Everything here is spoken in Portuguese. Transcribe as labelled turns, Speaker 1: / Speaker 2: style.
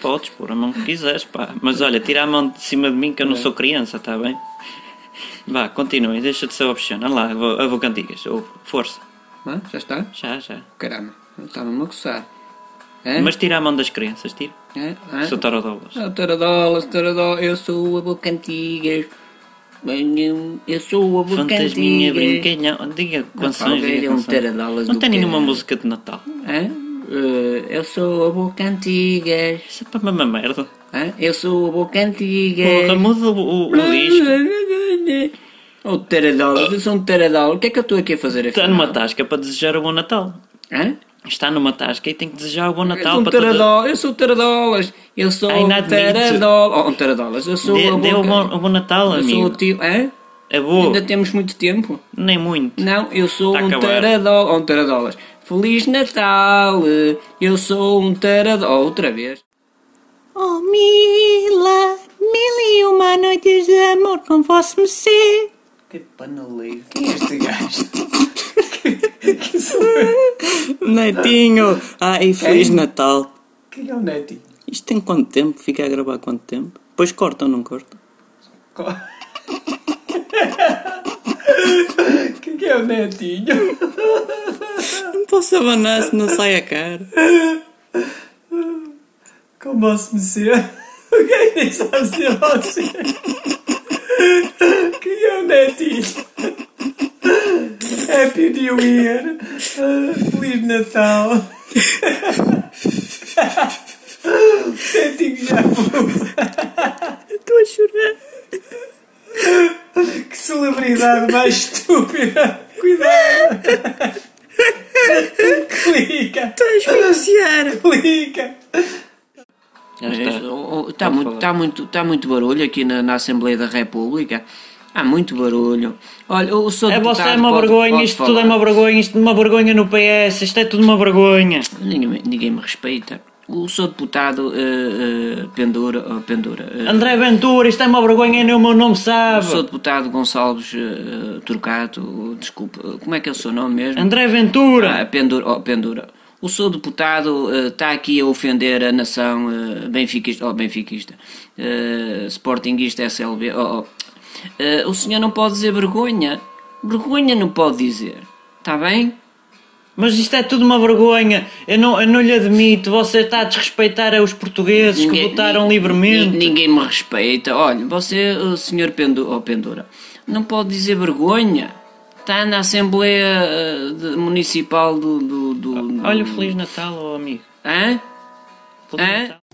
Speaker 1: Podes pôr a mão que quiseres, pá. Mas olha, tira a mão de cima de mim que eu não sou criança, tá bem? Vá, continuem, deixa de ser obsceno. Olha lá, avô, avô Cantigas, ou força.
Speaker 2: Hã? Já está?
Speaker 1: Já, já.
Speaker 2: Caramba, estava-me a coçar. Hã?
Speaker 1: Mas tira a mão das crianças, tira.
Speaker 2: Hã?
Speaker 1: É?
Speaker 2: Hã?
Speaker 1: Sou tarodolas.
Speaker 2: Ah, taradolas, taradolas, eu sou a Bocantigas. Venham, Eu sou a
Speaker 1: Fantasminha,
Speaker 2: Bocantigas.
Speaker 1: brinquenhão. Diga canções,
Speaker 2: talvez
Speaker 1: diga
Speaker 2: é um
Speaker 1: canções.
Speaker 2: taradolas
Speaker 1: Não
Speaker 2: do
Speaker 1: tem
Speaker 2: que-
Speaker 1: nenhuma música de Natal.
Speaker 2: Hã? Eh, Eu sou a Bocantigas.
Speaker 1: Isso é para uma merda.
Speaker 2: Hã? Eu sou a Bocantigas.
Speaker 1: Porra, muda o, o, o disco.
Speaker 2: Oh, taradolas, eu sou um taradol. O que é que eu estou aqui a fazer aqui?
Speaker 1: Está Tá numa tasca para desejar o bom Natal.
Speaker 2: Hã?
Speaker 1: Está numa tasca e tem que desejar o bom
Speaker 2: Eu sou
Speaker 1: Natal
Speaker 2: um
Speaker 1: Tá para toda...
Speaker 2: taradol, eu sou taradolas, eu sou
Speaker 1: Ai,
Speaker 2: um
Speaker 1: não admito.
Speaker 2: taradol. Oh, um taradolas, eu sou a
Speaker 1: Dê, dê o, bom,
Speaker 2: boca.
Speaker 1: o bom Natal,
Speaker 2: Eu sou o
Speaker 1: amigo.
Speaker 2: tio. Hã?
Speaker 1: Avô,
Speaker 2: Ainda temos muito tempo.
Speaker 1: nem muito.
Speaker 2: Não, eu sou
Speaker 1: Tá
Speaker 2: um
Speaker 1: acabado.
Speaker 2: taradol. Oh, um taradolas. Feliz Natal, eh, eu sou um taradol. Oh, outra vez.
Speaker 3: Oh, Mila, mil e uma noites de amor com vosso mercê.
Speaker 2: Que panaleiro. Quem é este gajo?
Speaker 1: Netinho, ai, Ah, Feliz Natal.
Speaker 2: Quem é o Neti?
Speaker 1: Isto tem quanto tempo? Fica a gravar quanto tempo? Depois corta ou não corta?
Speaker 2: Quem é o Netinho?
Speaker 1: Não posso abanar se não sai a cara.
Speaker 2: Como se me ser? O que é que diz a ser você? Quem é o Netinho? Happy New Year! Ah, Feliz Natal! Netinho já
Speaker 1: Estou a chorar.
Speaker 2: Que celebridade mais estúpida! Cuidado! Clica!
Speaker 1: Estou a asfixiar.
Speaker 2: Clica!
Speaker 1: está.
Speaker 2: Está muito, tá muito, tá muito barulho aqui na, na Assembleia da República. Há muito barulho. Olha, eu sou
Speaker 1: É
Speaker 2: deputado,
Speaker 1: você é uma
Speaker 2: pode-
Speaker 1: vergonha,
Speaker 2: pode
Speaker 1: isto
Speaker 2: falar.
Speaker 1: tudo é uma vergonha, isto é uma vergonha no PS, isto é tudo uma vergonha.
Speaker 2: Ninguém, ninguém me respeita. Eu sou deputado eh, eh, Pendura. Oh, pendura eh,
Speaker 1: André Ventura, isto é uma vergonha e nem o meu nome sabe.
Speaker 2: sou deputado Gonçalves eh, Turcato. Desculpe, eh, como é que é o seu nome mesmo?
Speaker 1: André Ventura.
Speaker 2: Ah, pendura, oh, pendura. O seu deputado eh, está aqui a ofender a nação eh, benfiquista, oh, benfiquista, eh, sportinguista SLB. oh, oh. Eh, o senhor não pode dizer vergonha. Vergonha não pode dizer. Está bem?
Speaker 1: Mas isto é tudo uma vergonha. Eu não, eu não lhe admito. Você está a desrespeitar os portugueses que votaram
Speaker 2: ni-
Speaker 1: livremente.
Speaker 2: ni- Ninguém me respeita. Olha, você, o senhor Pendu, oh, Pendura, não pode dizer vergonha. Está na Assembleia eh, de- Municipal do. do, do-
Speaker 1: Olha, Feliz Natal, ó oh, amigo.
Speaker 2: Hã?
Speaker 1: Feliz
Speaker 2: É?
Speaker 1: Natal.